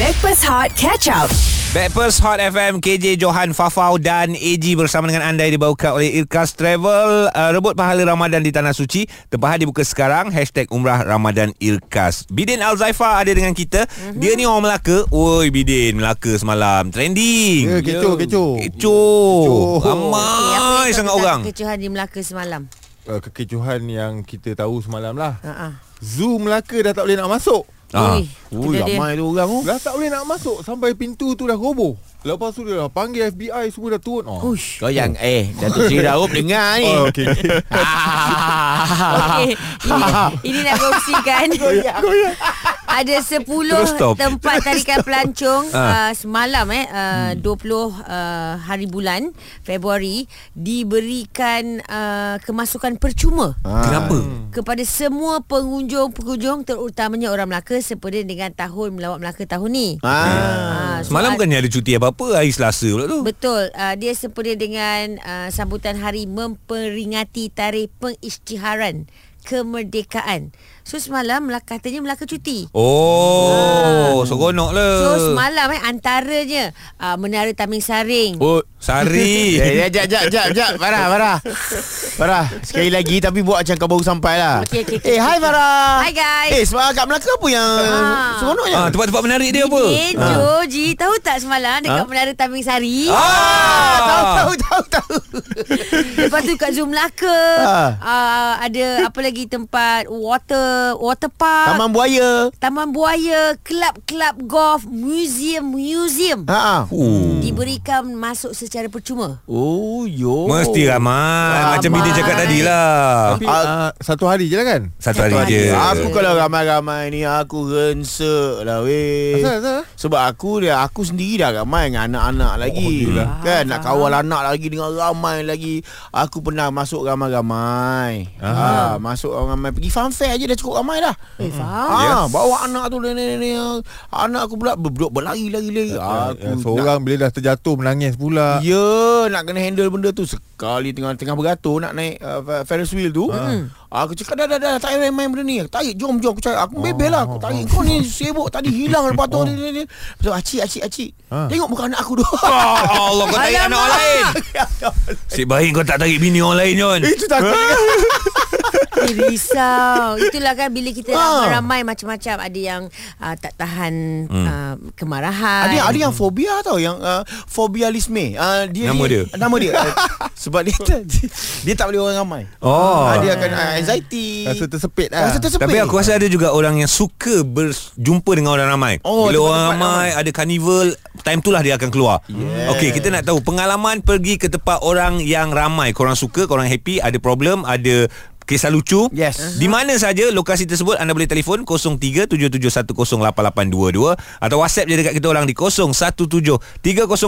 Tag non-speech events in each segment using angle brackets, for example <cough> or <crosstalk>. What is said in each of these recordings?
Backpass Hot Catch Up. Backpers Hot FM KJ Johan Fafau dan AG bersama dengan anda yang dibawakan oleh Irkas Travel uh, Rebut pahala Ramadan di Tanah Suci Tempahan dibuka sekarang Hashtag Umrah Ramadan Irkas Bidin Al-Zaifa ada dengan kita Mhm. mm-hmm. Dia ni orang Melaka Oi Bidin Melaka semalam Trending Ya, kecoh, kecoh. Eh, Kecoh Kecoh. Ramai okay, sangat orang Kecuhan di Melaka semalam. uh, kekecohan yang kita tahu semalam lah. Ha ah. Zoo Melaka dah tak boleh nak masuk. Ah. Ui, Ui, dia. ramai tu orang oh. Dah tak boleh nak masuk sampai pintu tu dah roboh. Lepas tu dia dah panggil FBI semua dah turun. Oh. <laughs> Ush. Kau yang eh Datuk Seri Raup dengar ni Ah. Oh, <laughs> okay. <laughs> Okey, ini, Ah. ini nak <laughs> kongsikan. Ada 10 Terus stop. tempat tarikan pelancong Ah. uh, Hmm. semalam eh uh, 20 uh, hari bulan Februari diberikan uh, kemasukan percuma Kenapa? kepada semua pengunjung-pengunjung terutamanya orang Melaka sempena dengan tahun melawat Melaka tahun ni. Ah, Ah. so Semalam ad- bukannya ada cuti apa-apa Hari Selasa pula tu Betul. Uh, dia sempena dengan uh, sambutan hari memperingati tarikh pengisytiharan kemerdekaan. So semalam Melaka katanya Melaka cuti. Oh Seronok lah So semalam eh antaranya uh, Menara Taming Saring. Oh Sari Eh, eh, jap, jap, jap, jap Farah, Farah Farah, sekali lagi Tapi buat macam kau baru sampai lah Okey, okey, okey. Eh, hai Oh. Farah Hai, guys. Eh, sebab kat Melaka apa yang Ah. Seronoknya ah, Tempat-tempat menarik dia apa? Din, Joji, tahu tak semalam dekat Menara Taming Sari? Ah, Tahu, Ah. tahu, tahu, tahu Lepas tu kat Zoom Melaka, Ah. uh, ada apa lagi tempat water water park. Taman buaya Taman Buaya, klub-klub golf, museum-museum. Ha ah. Oh. diberikan masuk secara percuma. Oh, yo Mesti ramai Ramai. Macam Bidin cakap tadi lah Tapi uh, satu hari je lah kan? Satu Satu hari hari. je Aku kalau ramai-ramai ni Aku rensek lah weh Asal, asal? Sebab aku dia aku sendiri dah ramai dengan anak-anak lagi. Oh, Alhamdulillah. Kan nak kawal anak lagi dengan ramai lagi. Aku pernah masuk ramai-ramai. Ah. Ha, masuk ramai pergi fun fair je dah cukup ramai dah. Eh, faham? Ha, bawa anak tu nenek-nenek. Anak aku pula berduk berlari-lari. Eh, Aku Ya, nak, seorang bila dah terjatuh menangis pula. Ya, nak kena handle benda tu sekali tengah tengah beratur nak naik uh, Ferris wheel Ha. tu. Ah, Aku cakap dah dah dah tak payah main benda ni. Aku tarik jom jom aku cakap aku bebel lah aku tarik kau Oh. ni sibuk tadi <laughs> hilang lepas tu ni ni ni. Lepas tu acik acik acik. Ah. Tengok muka anak aku tu. Ha. <laughs> Ah, Allah kau tarik anak orang lain Sip baik kau tak tarik bini orang lain John Itu takut juga. Eh, risau. Itulah kan bila kita Ah. Hmm. ramai-ramai macam-macam. Ada yang uh, tak tahan uh, kemarahan. Ada ada yang fobia tau yang uh, fobia lisme. Uh, dia Nama dia? Nama <laughs> dia. Uh, sebab dia <laughs> tak, dia tak boleh orang ramai. Oh Ah, dia akan uh, anxiety. Rasa tersepit lah. Rasa tersepit. Tapi aku rasa ada juga orang yang suka berjumpa dengan orang ramai Oh, Bila tempat-tempat orang ramai ada carnival Time tu lah dia akan keluar Yes. Okey kita nak tahu Pengalaman pergi ke tempat orang yang ramai Korang suka, korang happy Ada problem, ada kisah lucu Yes. Di mana saja lokasi tersebut anda boleh telefon 0377108822 atau WhatsApp je dekat kita orang di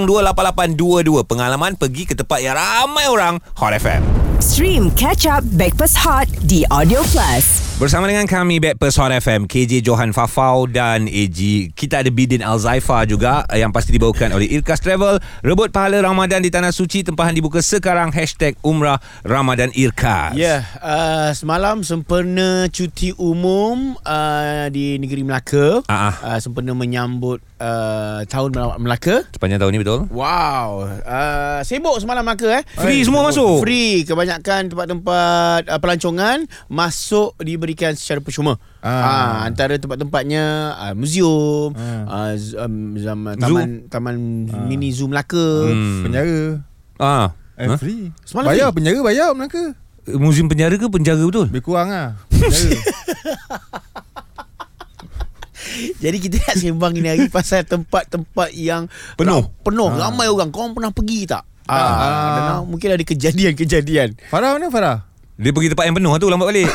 0173028822. Pengalaman pergi ke tempat yang ramai orang Hot FM. Stream Catch Up Backpass Hot di Audio Plus. Bersama dengan kami Backpers Hot FM KJ Johan Fafau dan AG Kita ada Bidin Al-Zaifa juga eh, Yang pasti dibawakan oleh Irkas Travel Rebut pahala Ramadan di Tanah Suci Tempahan dibuka sekarang Hashtag Umrah Ramadan Irkas Ya, yeah, uh, semalam sempena cuti umum uh, di negeri Melaka. Ah, ah. Uh, sempena menyambut uh, tahun melawat Melaka. Sepanjang tahun ni betul? Wow, uh, sibuk semalam Melaka eh. Free semua masuk? Free kebanyakan tempat-tempat uh, pelancongan masuk diberikan secara percuma. Ah. Ah. Uh, antara tempat-tempatnya uh, museum, ah. uh, z- um, zam- taman taman mini zoo Melaka. Ah. Hmm. Penjara. Ah, And Huh? Eh, free. Semalam bayar free? penjara bayar Melaka. Museum penjara ke penjara betul? Lebih kurang lah. Penjara. <laughs> Jadi kita nak sembang ni hari pasal tempat-tempat yang Penuh. ra- penuh ha. ramai orang. Kau pernah pergi tak? Ah, Ah. dan ah, mungkin ada kejadian-kejadian. Farah mana Farah? Dia pergi tempat yang penuh tu lambat balik.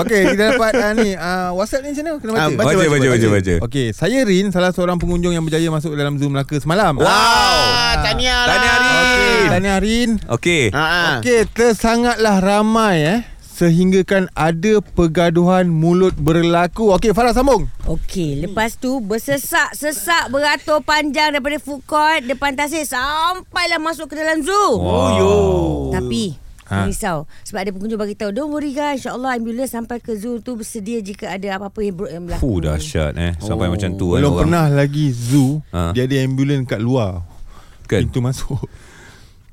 Okey, kita dapat uh, ni uh, WhatsApp ni macam mana? Kena Ah, baca. baca, baca, baca, baca. Okey, saya Rin salah seorang pengunjung yang berjaya masuk dalam Zoom Melaka semalam. Ah, tahniah lah. Tahniah, Rin. Okey. Tahniah Rin. Okey. Ah, ah. Okey, tersangatlah ramai eh sehinggakan ada pergaduhan mulut berlaku. Okey, Farah sambung. Okey, lepas tu bersesak-sesak beratur panjang daripada food court depan tasik sampailah masuk ke dalam zoo. Wow. yo. Tapi ha. Ha. risau sebab ada pengunjung bagi tahu don't worry guys insyaallah ambulans sampai ke zoo tu bersedia jika ada apa-apa yang, ber- yang berlaku Fuh dahsyat eh Sampai Oh. macam tu kan Belum orang. pernah lagi zoo Ha. Dia ada ambulans kat luar Kan? Pintu masuk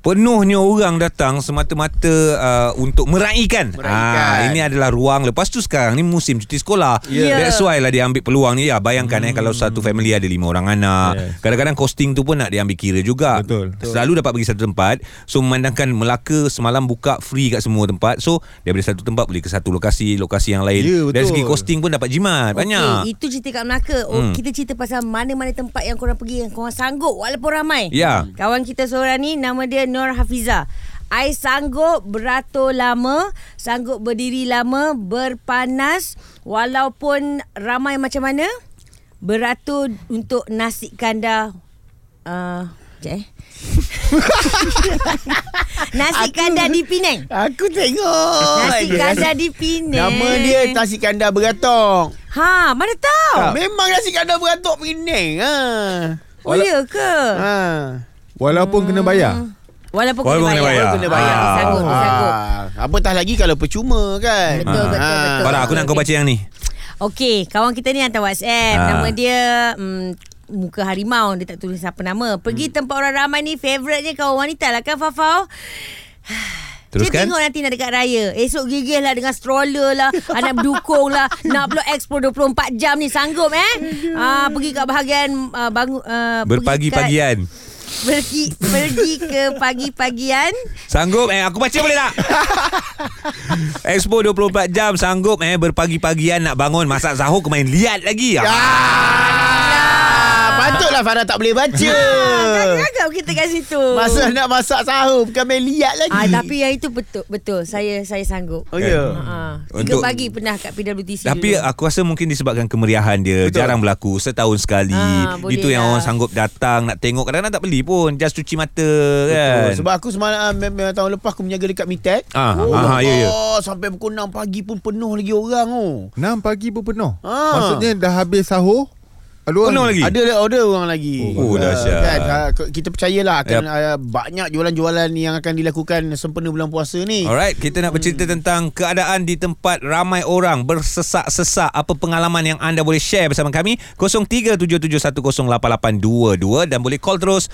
Penuhnya orang datang semata-mata uh, untuk meraikan. Meraikan. Ah, ini adalah ruang. Lepas tu sekarang ni musim cuti sekolah. Ya. That's why lah dia ambil peluang ni. Ya, bayangkan hmm. eh kalau satu family ada lima orang anak. Yes. Kadang-kadang costing tu pun nak dia ambil kira juga. Betul. Selalu dapat pergi satu tempat. So memandangkan Melaka semalam buka free kat semua tempat. So daripada satu tempat boleh ke satu lokasi, lokasi yang lain. Ya, Dari betul. segi costing pun dapat jimat. Okay, Banyak. itu cerita kat Melaka. Oh, hmm. Kita cerita pasal mana-mana tempat yang korang pergi yang korang sanggup walaupun ramai. Ya. Kawan kita seorang ni nama dia Nur Hafiza. I sanggup beratur lama, sanggup berdiri lama, berpanas walaupun ramai macam mana. Beratur untuk nasi kandar uh, Sekejap eh <laughs> Nasi kandar di Penang Aku tengok. Nasi kandar di Penang Oh Nama dia nasi kandar beratok. Ah, Ha mana tahu Memang nasi kandar beratok Penang. Ha. Oh ya ke? Ha. Walaupun kena bayar Walaupun, Walaupun kena bayar. Kena bayar. Ah, Sanggup, Ah. sanggup. Apatah lagi kalau percuma kan. Betul, betul, Ah. betul. Farah, aku nak kau baca yang ni. Okey, kawan kita ni hantar WhatsApp. Ah. Nama dia mm, muka harimau. Dia tak tulis apa nama. Pergi Hmm. tempat orang ramai ni favoritnya kawan wanita lah kan Fafau? Dia Teruskan. tengok nanti nak dekat raya. Esok gigih lah dengan stroller lah. anak berdukung lah. Nak upload expo 24 jam ni. Sanggup eh? Ah, pergi kat bahagian... Ah, bangun, ah, pergi kat- Berpagi-pagian. Pergi, pergi ke <laughs> pagi-pagian. Sanggup eh Aku baca boleh tak Expo 24 jam Sanggup eh Berpagi-pagian nak bangun Masak sahur Kemain liat lagi ya? Ah, patutlah Farah tak boleh baca. Ah, Agak kita kat situ. Masa nak masak sahur bukan main liat lagi. Ah tapi yang itu betul betul. Saya saya sanggup. Oh ya. Ha. Tiga Untuk- pagi pernah kat PWTC. Tapi ah, dulu. aku rasa mungkin disebabkan kemeriahan dia Betul. Jarang berlaku Setahun sekali Ah, boleh Itu yang lah. orang sanggup datang Nak tengok Kadang-kadang tak beli pun Just cuci mata kan Sebab aku semalam ah, mem- mem- tahun lepas aku menjaga dekat Mitek. Oh, Ah, ah, ya, ya. Allah, sampai pukul 6 pagi pun penuh lagi orang oh. 6 pagi pun penuh Ah. Maksudnya dah habis sahur Ada orang Penuh lagi? Ada order orang lagi. Oh, Ah, dahsyat. kan, ah, k- kita percayalah akan Yep. ah, banyak jualan-jualan yang akan dilakukan sempena bulan puasa ni. Alright, kita nak bercerita hmm. tentang keadaan di tempat ramai orang bersesak-sesak. Apa pengalaman yang anda boleh share bersama kami? 0377108822 dan boleh call terus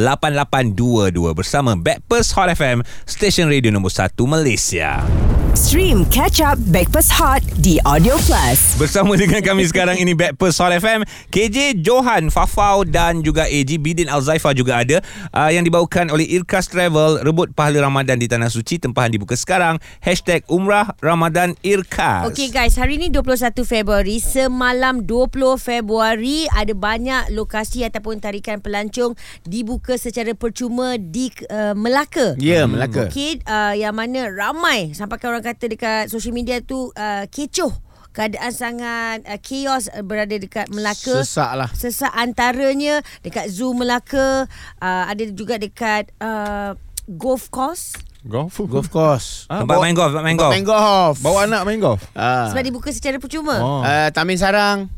0377108822 bersama Backpers Hot FM, stesen radio nombor 1 Malaysia. Stream Catch Up Backpass Hot di Audio Plus. Bersama dengan kami sekarang ini Backpers Hot FM, KJ Johan, Fafau dan juga AG Bidin Alzaifa juga ada uh, yang dibawakan oleh Irkas Travel rebut pahala Ramadan di Tanah Suci tempahan dibuka sekarang hashtag Umrah Ramadan Irkas. Okey guys, hari ni 21 Februari, semalam 20 Februari ada banyak lokasi ataupun tarikan pelancong dibuka secara percuma di uh, Melaka. Ya, Hmm. Melaka. Okey, uh, yang mana ramai sampai kan orang kata dekat social media tu uh, kecoh. Keadaan sangat uh, chaos uh, berada dekat Melaka. Sesak lah. Sesak antaranya dekat Zoo Melaka, uh, ada juga dekat uh, golf course Golf Golf course. Tempat main golf, tempat Ah, main golf. Main golf. Bawa anak main golf Ah. sebab dibuka secara percuma. Oh. Ah, Tamin Sarang.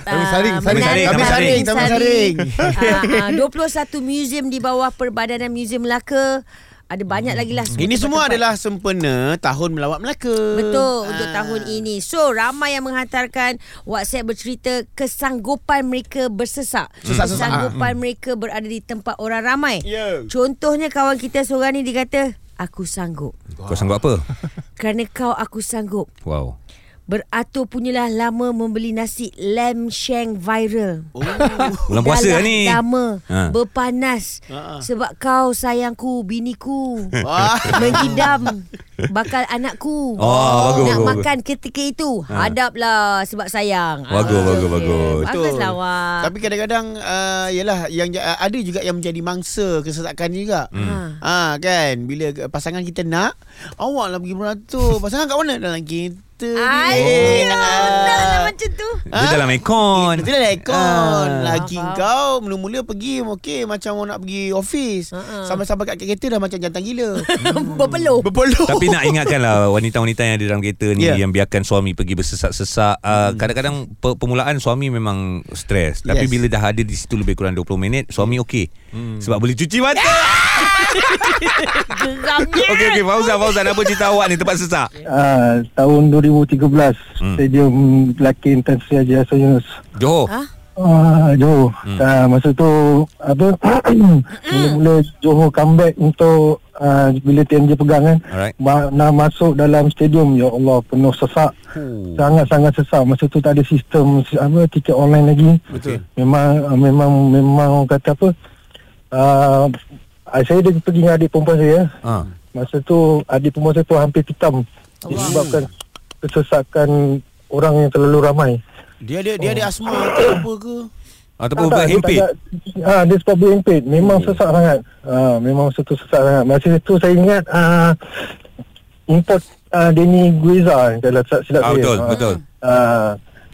Taman saring, Ah, Saring, saring. menarik- Taman saring, Taman Ah, ah, 21 museum di bawah perbadanan Museum Melaka. Ada banyak lagi lah Ini tempat-tempat. semua adalah sempena tahun melawat Melaka. Betul Ah. untuk tahun ini. So ramai yang menghantarkan WhatsApp bercerita kesanggupan mereka bersesak. Sesak-sesak. Kesanggupan mereka berada di tempat orang ramai. Ya. Contohnya kawan kita seorang ni dia kata, "Aku sanggup." Kau sanggup apa? Kerana kau aku sanggup. Wow. Beratur punyalah lama membeli nasi lamb shank viral. Oh. <laughs> Bulan puasa lah lah, Dalam ni. Lama Ha. berpanas. Ha, ha. Sebab kau sayangku, <laughs> biniku. Wah. Mengidam bakal anakku. Oh, Nak bagus, bagus, Ha. makan ketika itu. Hadaplah sebab sayang. Bagus, Ah, bagus, okey. bagus. Baguslah awak. Tapi kadang-kadang uh, yalah yang uh, ada juga yang menjadi mangsa kesesakan juga. Hmm. Ha kan bila ke- pasangan kita nak awak lah pergi beratur. Pasangan kat mana? Dalam kereta. ni. Aduh, nak lah Ah. macam tu. Dia dalam aircon. Dia dalam aircon Ah. Lagi Faham. kau Mula-mula pergi Okey macam orang nak pergi office Ha-ha. Sampai-sampai kat kereta dah macam jantan gila Hmm. <laughs> Berpeluh Berpeluh Tapi nak ingatkanlah wanita-wanita yang ada dalam kereta ni Ya. Yeah. yeah. yang biarkan suami pergi bersesak-sesak. Uh, Hmm. Kadang-kadang pe- permulaan suami memang stres. Tapi Yes. bila dah ada di situ lebih kurang 20 minit, suami okey. Hmm. Sebab boleh cuci mata. <laughs> Geramnya Okey okey Fauzan Fauzan apa cerita awak ni tempat sesak? Ah, tahun 2013 Hmm. hmm. Stadium Lelaki Intensif Haji Hassan Yunus Johor. Ha? Ah, Johor hmm. ah, Masa tu Apa Mula-mula Johor comeback Untuk ah, Bila TNJ pegang kan Alright. ma- Nak masuk dalam stadium Ya Allah Penuh sesak Oh. Sangat-sangat sesak Masa tu tak ada sistem si- Apa Tiket online lagi Betul. Memang ah, Memang Memang orang kata apa ah, ah, Saya dah pergi dengan adik perempuan saya ya. Ha. Masa tu adik perempuan saya tu hampir hitam disebabkan kesesakan orang yang terlalu ramai. <laughs> Dia ada dia ada asma ke apa ke Ataupun Tak, tak, dia berhimpit. tak ada- Ha, dia sebab berhimpit. Memang Hmm. oh. sesak sangat. Ha, memang masa tu sesak sangat. Masa tu saya ingat ha, import ha, Denny Guiza eh, kalau tak silap Ah, saya. betul, Ah. betul. Ah,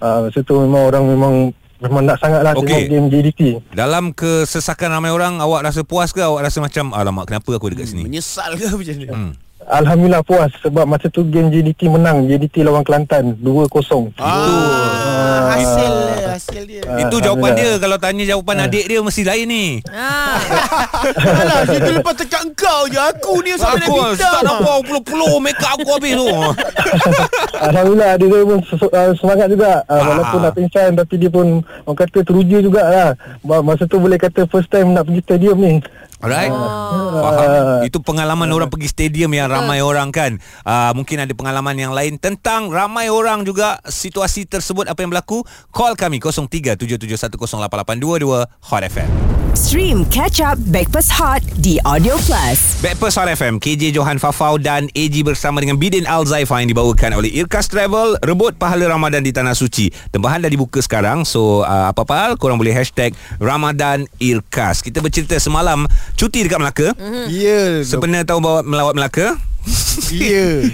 ah, masa tu memang orang memang memang nak sangat lah Okey. tengok game JDT. Dalam kesesakan ramai orang awak rasa puas ke awak rasa macam alamak kenapa aku dekat Hmm. sini? Menyesal ke macam ni Hmm. Alhamdulillah puas sebab masa tu game JDT menang. JDT lawan Kelantan 2-0. Ah, hasil hasil dia. Itu jawapan dia kalau tanya Hmm. jawapan adik dia mesti lain ni. Ha. Alah, dia tu lepas tekat kau je. Aku ni Eh, sampai Aku nak tak bintang. nampak puluh-puluh make up aku habis tu. <laughs> Alhamdulillah dia tu pun sesu- uh, semangat juga uh, Walaupun Ah. nak pingsan Tapi dia pun Orang kata teruja jugalah Ma- Masa tu boleh kata First time nak pergi stadium ni Alright. Faham. Itu pengalaman orang pergi stadium yang ramai orang kan. Uh, mungkin ada pengalaman yang lain tentang ramai orang juga situasi tersebut apa yang berlaku. Call kami 0377108822 Hot FM. Stream Catch Up Backpass Hot di Audio Plus. Backpast Hot FM KJ Johan Fafau dan AG bersama dengan Bidin Al Zaifa yang dibawakan oleh Irkas Travel rebut pahala Ramadan di Tanah Suci. Tempahan dah dibuka sekarang so uh, apa-apa hal korang boleh hashtag Ramadan Irkas. Kita bercerita semalam cuti dekat Melaka. Mm-hmm. Ya Sebenarnya tahu bawa melawat Melaka. <laughs> Ya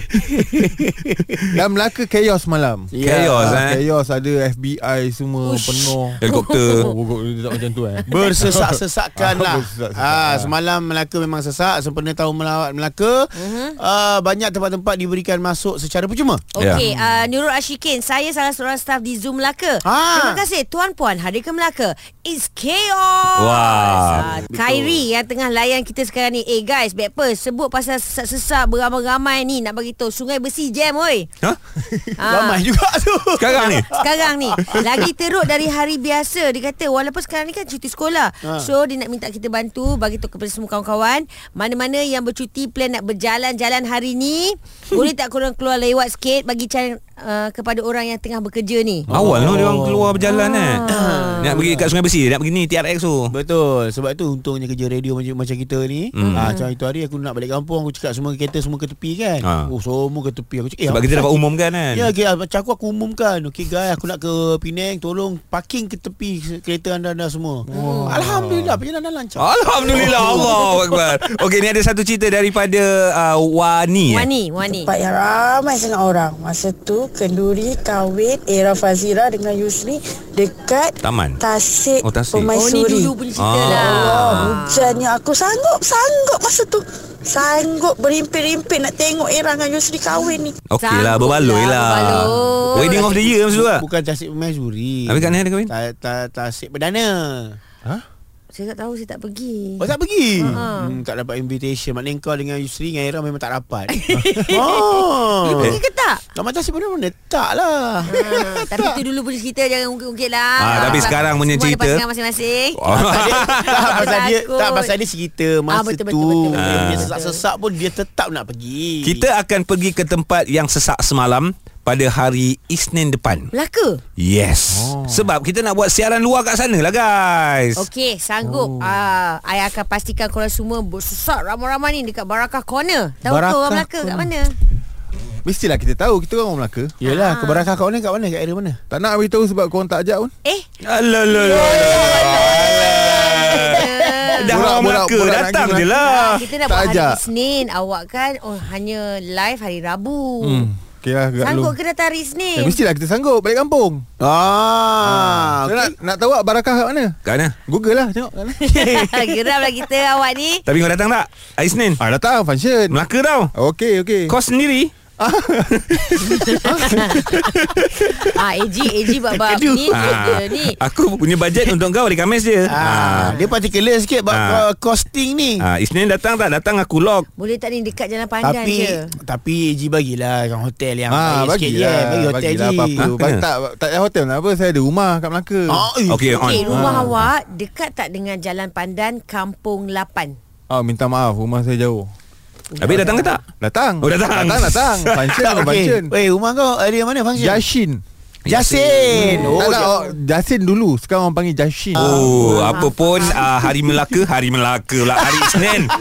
Dalam Melaka chaos malam Ya. Yeah. Chaos, Ah, eh? Chaos ada FBI semua Ush. penuh <laughs> Helikopter. Oh, dia tak macam tu eh <laughs> Bersesak-sesakkan Ah, lah bersesak-sesakan. ha, Semalam Melaka memang sesak Sempena tahun melawat Melaka uh, Banyak tempat-tempat diberikan masuk secara percuma Okey, yeah. uh, Nurul Ashikin, saya salah seorang staf di Zoom Melaka. Ah. Terima kasih Tuan Puan hadir ke Melaka. It's chaos. Ah, Wah. Khairi yang tengah layan kita sekarang ni. Eh guys, backpers sebut pasal sesak-sesak beramai-ramai ni nak bagi tahu sungai besi jam oi. Ha? Ramai juga tu Sekarang ni. Sekarang ni Lagi teruk dari hari biasa Dia kata Walaupun sekarang ni kan Cuti sekolah ha. So dia nak minta kita bantu Bagi tahu kepada semua kawan-kawan Mana-mana yang bercuti Plan nak berjalan-jalan hari ni Boleh tak korang keluar lewat sikit Bagi can uh, Kepada orang yang tengah bekerja ni Awal tu dia orang Oh. keluar berjalan eh. Nak pergi kat Sungai Besi, nak pergi ni TRX tu. Betul Sebab tu untungnya kerja radio macam, macam kita ni hmm. ha, Macam itu hari aku nak balik kampung Aku cakap semua kereta semua ke tepi kan Ha. Oh semua ke tepi aku cakap, eh, Sebab aku kita dapat sakit. umumkan kan. Ya, okay, macam aku aku umumkan. Okey guys, aku nak ke Penang, tolong parking ke tepi se- kereta anda-anda semua. Oh. Alhamdulillah, perjalanan lancar. <laughs> Alhamdulillah Allah Akbar Okey ni ada satu cerita daripada uh, Wani eh? Wani Wani Tempat yang ramai sangat orang Masa tu Kenduri kahwin Era Fazira dengan Yusri Dekat Taman Tasik, Oh, Tasik. Oh ni Pemaisuri dulu punya cerita Ah. ah. lah Allah hujannya aku sanggup Sanggup masa tu Sanggup berimpit-rimpit Nak tengok Era dengan Yusri kahwin ni Okey lah Sanggup berbaloi lah, lah berbaloi. Wedding of the year masa tu lah Bukan tasik Pemaisuri. Habis kat mana dia kahwin? Ta, ta, tasik Perdana. Saya tak tahu Saya tak pergi Oh tak pergi. Hmm, tak dapat invitation. Maknanya kau dengan Yusri dengan Era memang tak <laughs> rapat. You oh. pergi ke tak? Nama tasik Perdana mana? Tak lah. Ah, tapi tu dulu punya cerita Jangan ungkit-ungkit lah Ah, tapi Sebab sekarang punya Semua ada cerita- Oh. pasangan masing-masing Ah, tak pasal dia Ha. Takut. tak pasal dia cerita masa Ah, betul, tu betul, betul, dia betul, punya betul. sesak-sesak pun dia tetap nak pergi. Kita akan pergi ke tempat yang sesak semalam Pada hari Isnin depan Melaka Yes oh. Sebab kita nak buat siaran luar kat sana lah guys Okey, sanggup. Ah, oh. I akan pastikan korang semua bersesak ramai-ramai ni dekat Barakah Corner. Tahu Barakah ke orang Melaka kat Corner. mana? Mestilah kita tahu Kita orang Melaka Yelah, kebarakah kau ni kat mana? Kat Era mana? Tak nak beritahu sebab korang tak ajak pun Eh, Alah, alah, alah, alah. Dah Borak, orang borak, Melaka borak Datang lagi, je ah, lah kita dah tak buat hari ajak. Isnin. Awak kan oh, hanya live hari Rabu. Hmm. Okey lah agak Sanggup long. ke dah tarik Eh, snake? mestilah kita sanggup balik kampung. Ah, Okay. Nak, nak tahu tak barakah kat mana? Kat mana? Google lah tengok. kat mana. <laughs> <laughs> Geram lah kita awak ni Tapi kau datang tak? Hari Senin ah datang function. Melaka tau Okey okey. Kau sendiri Ah, AG, AG bab-bab Aduh. ni cerita Ah, Eh, ni Aku punya bajet untuk kau hari Khamis je ah. ah, dia particular sikit bab Ah. ah. costing ni. ah. Isnin datang tak? Datang aku log Boleh tak ni dekat Jalan Pandan Tapi je tapi AG bagilah kan hotel yang Ah, baik bagi sikit lah. je. Bagi hotel Bagi lah je. apa-apa. Ha, Bagi kena? tak, tak payah hotel lah apa. Saya ada rumah kat Melaka. Ah, eh. Okay on Okay, rumah Ah. awak dekat tak dengan Jalan Pandan Kampung Lapan? Oh, minta maaf. Rumah saya jauh. Ah. Habis datang ke tak? Datang. Oh, datang. Datang, <laughs> datang. Function, Tak, okay. function. Weh, rumah kau area mana function? Jashin. Jasin. Oh, tak, tak, Jasin. oh, Jasin dulu. Sekarang orang panggil Jashin. Oh, apa pun uh, hari Melaka, hari Melaka lah hari Isnin.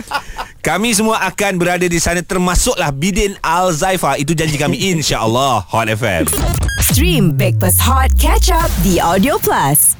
Kami semua akan berada di sana termasuklah Bidin Al Zaifa. Itu janji kami insya-Allah Hot FM. Stream Breakfast Hot Catch Up The Audio Plus.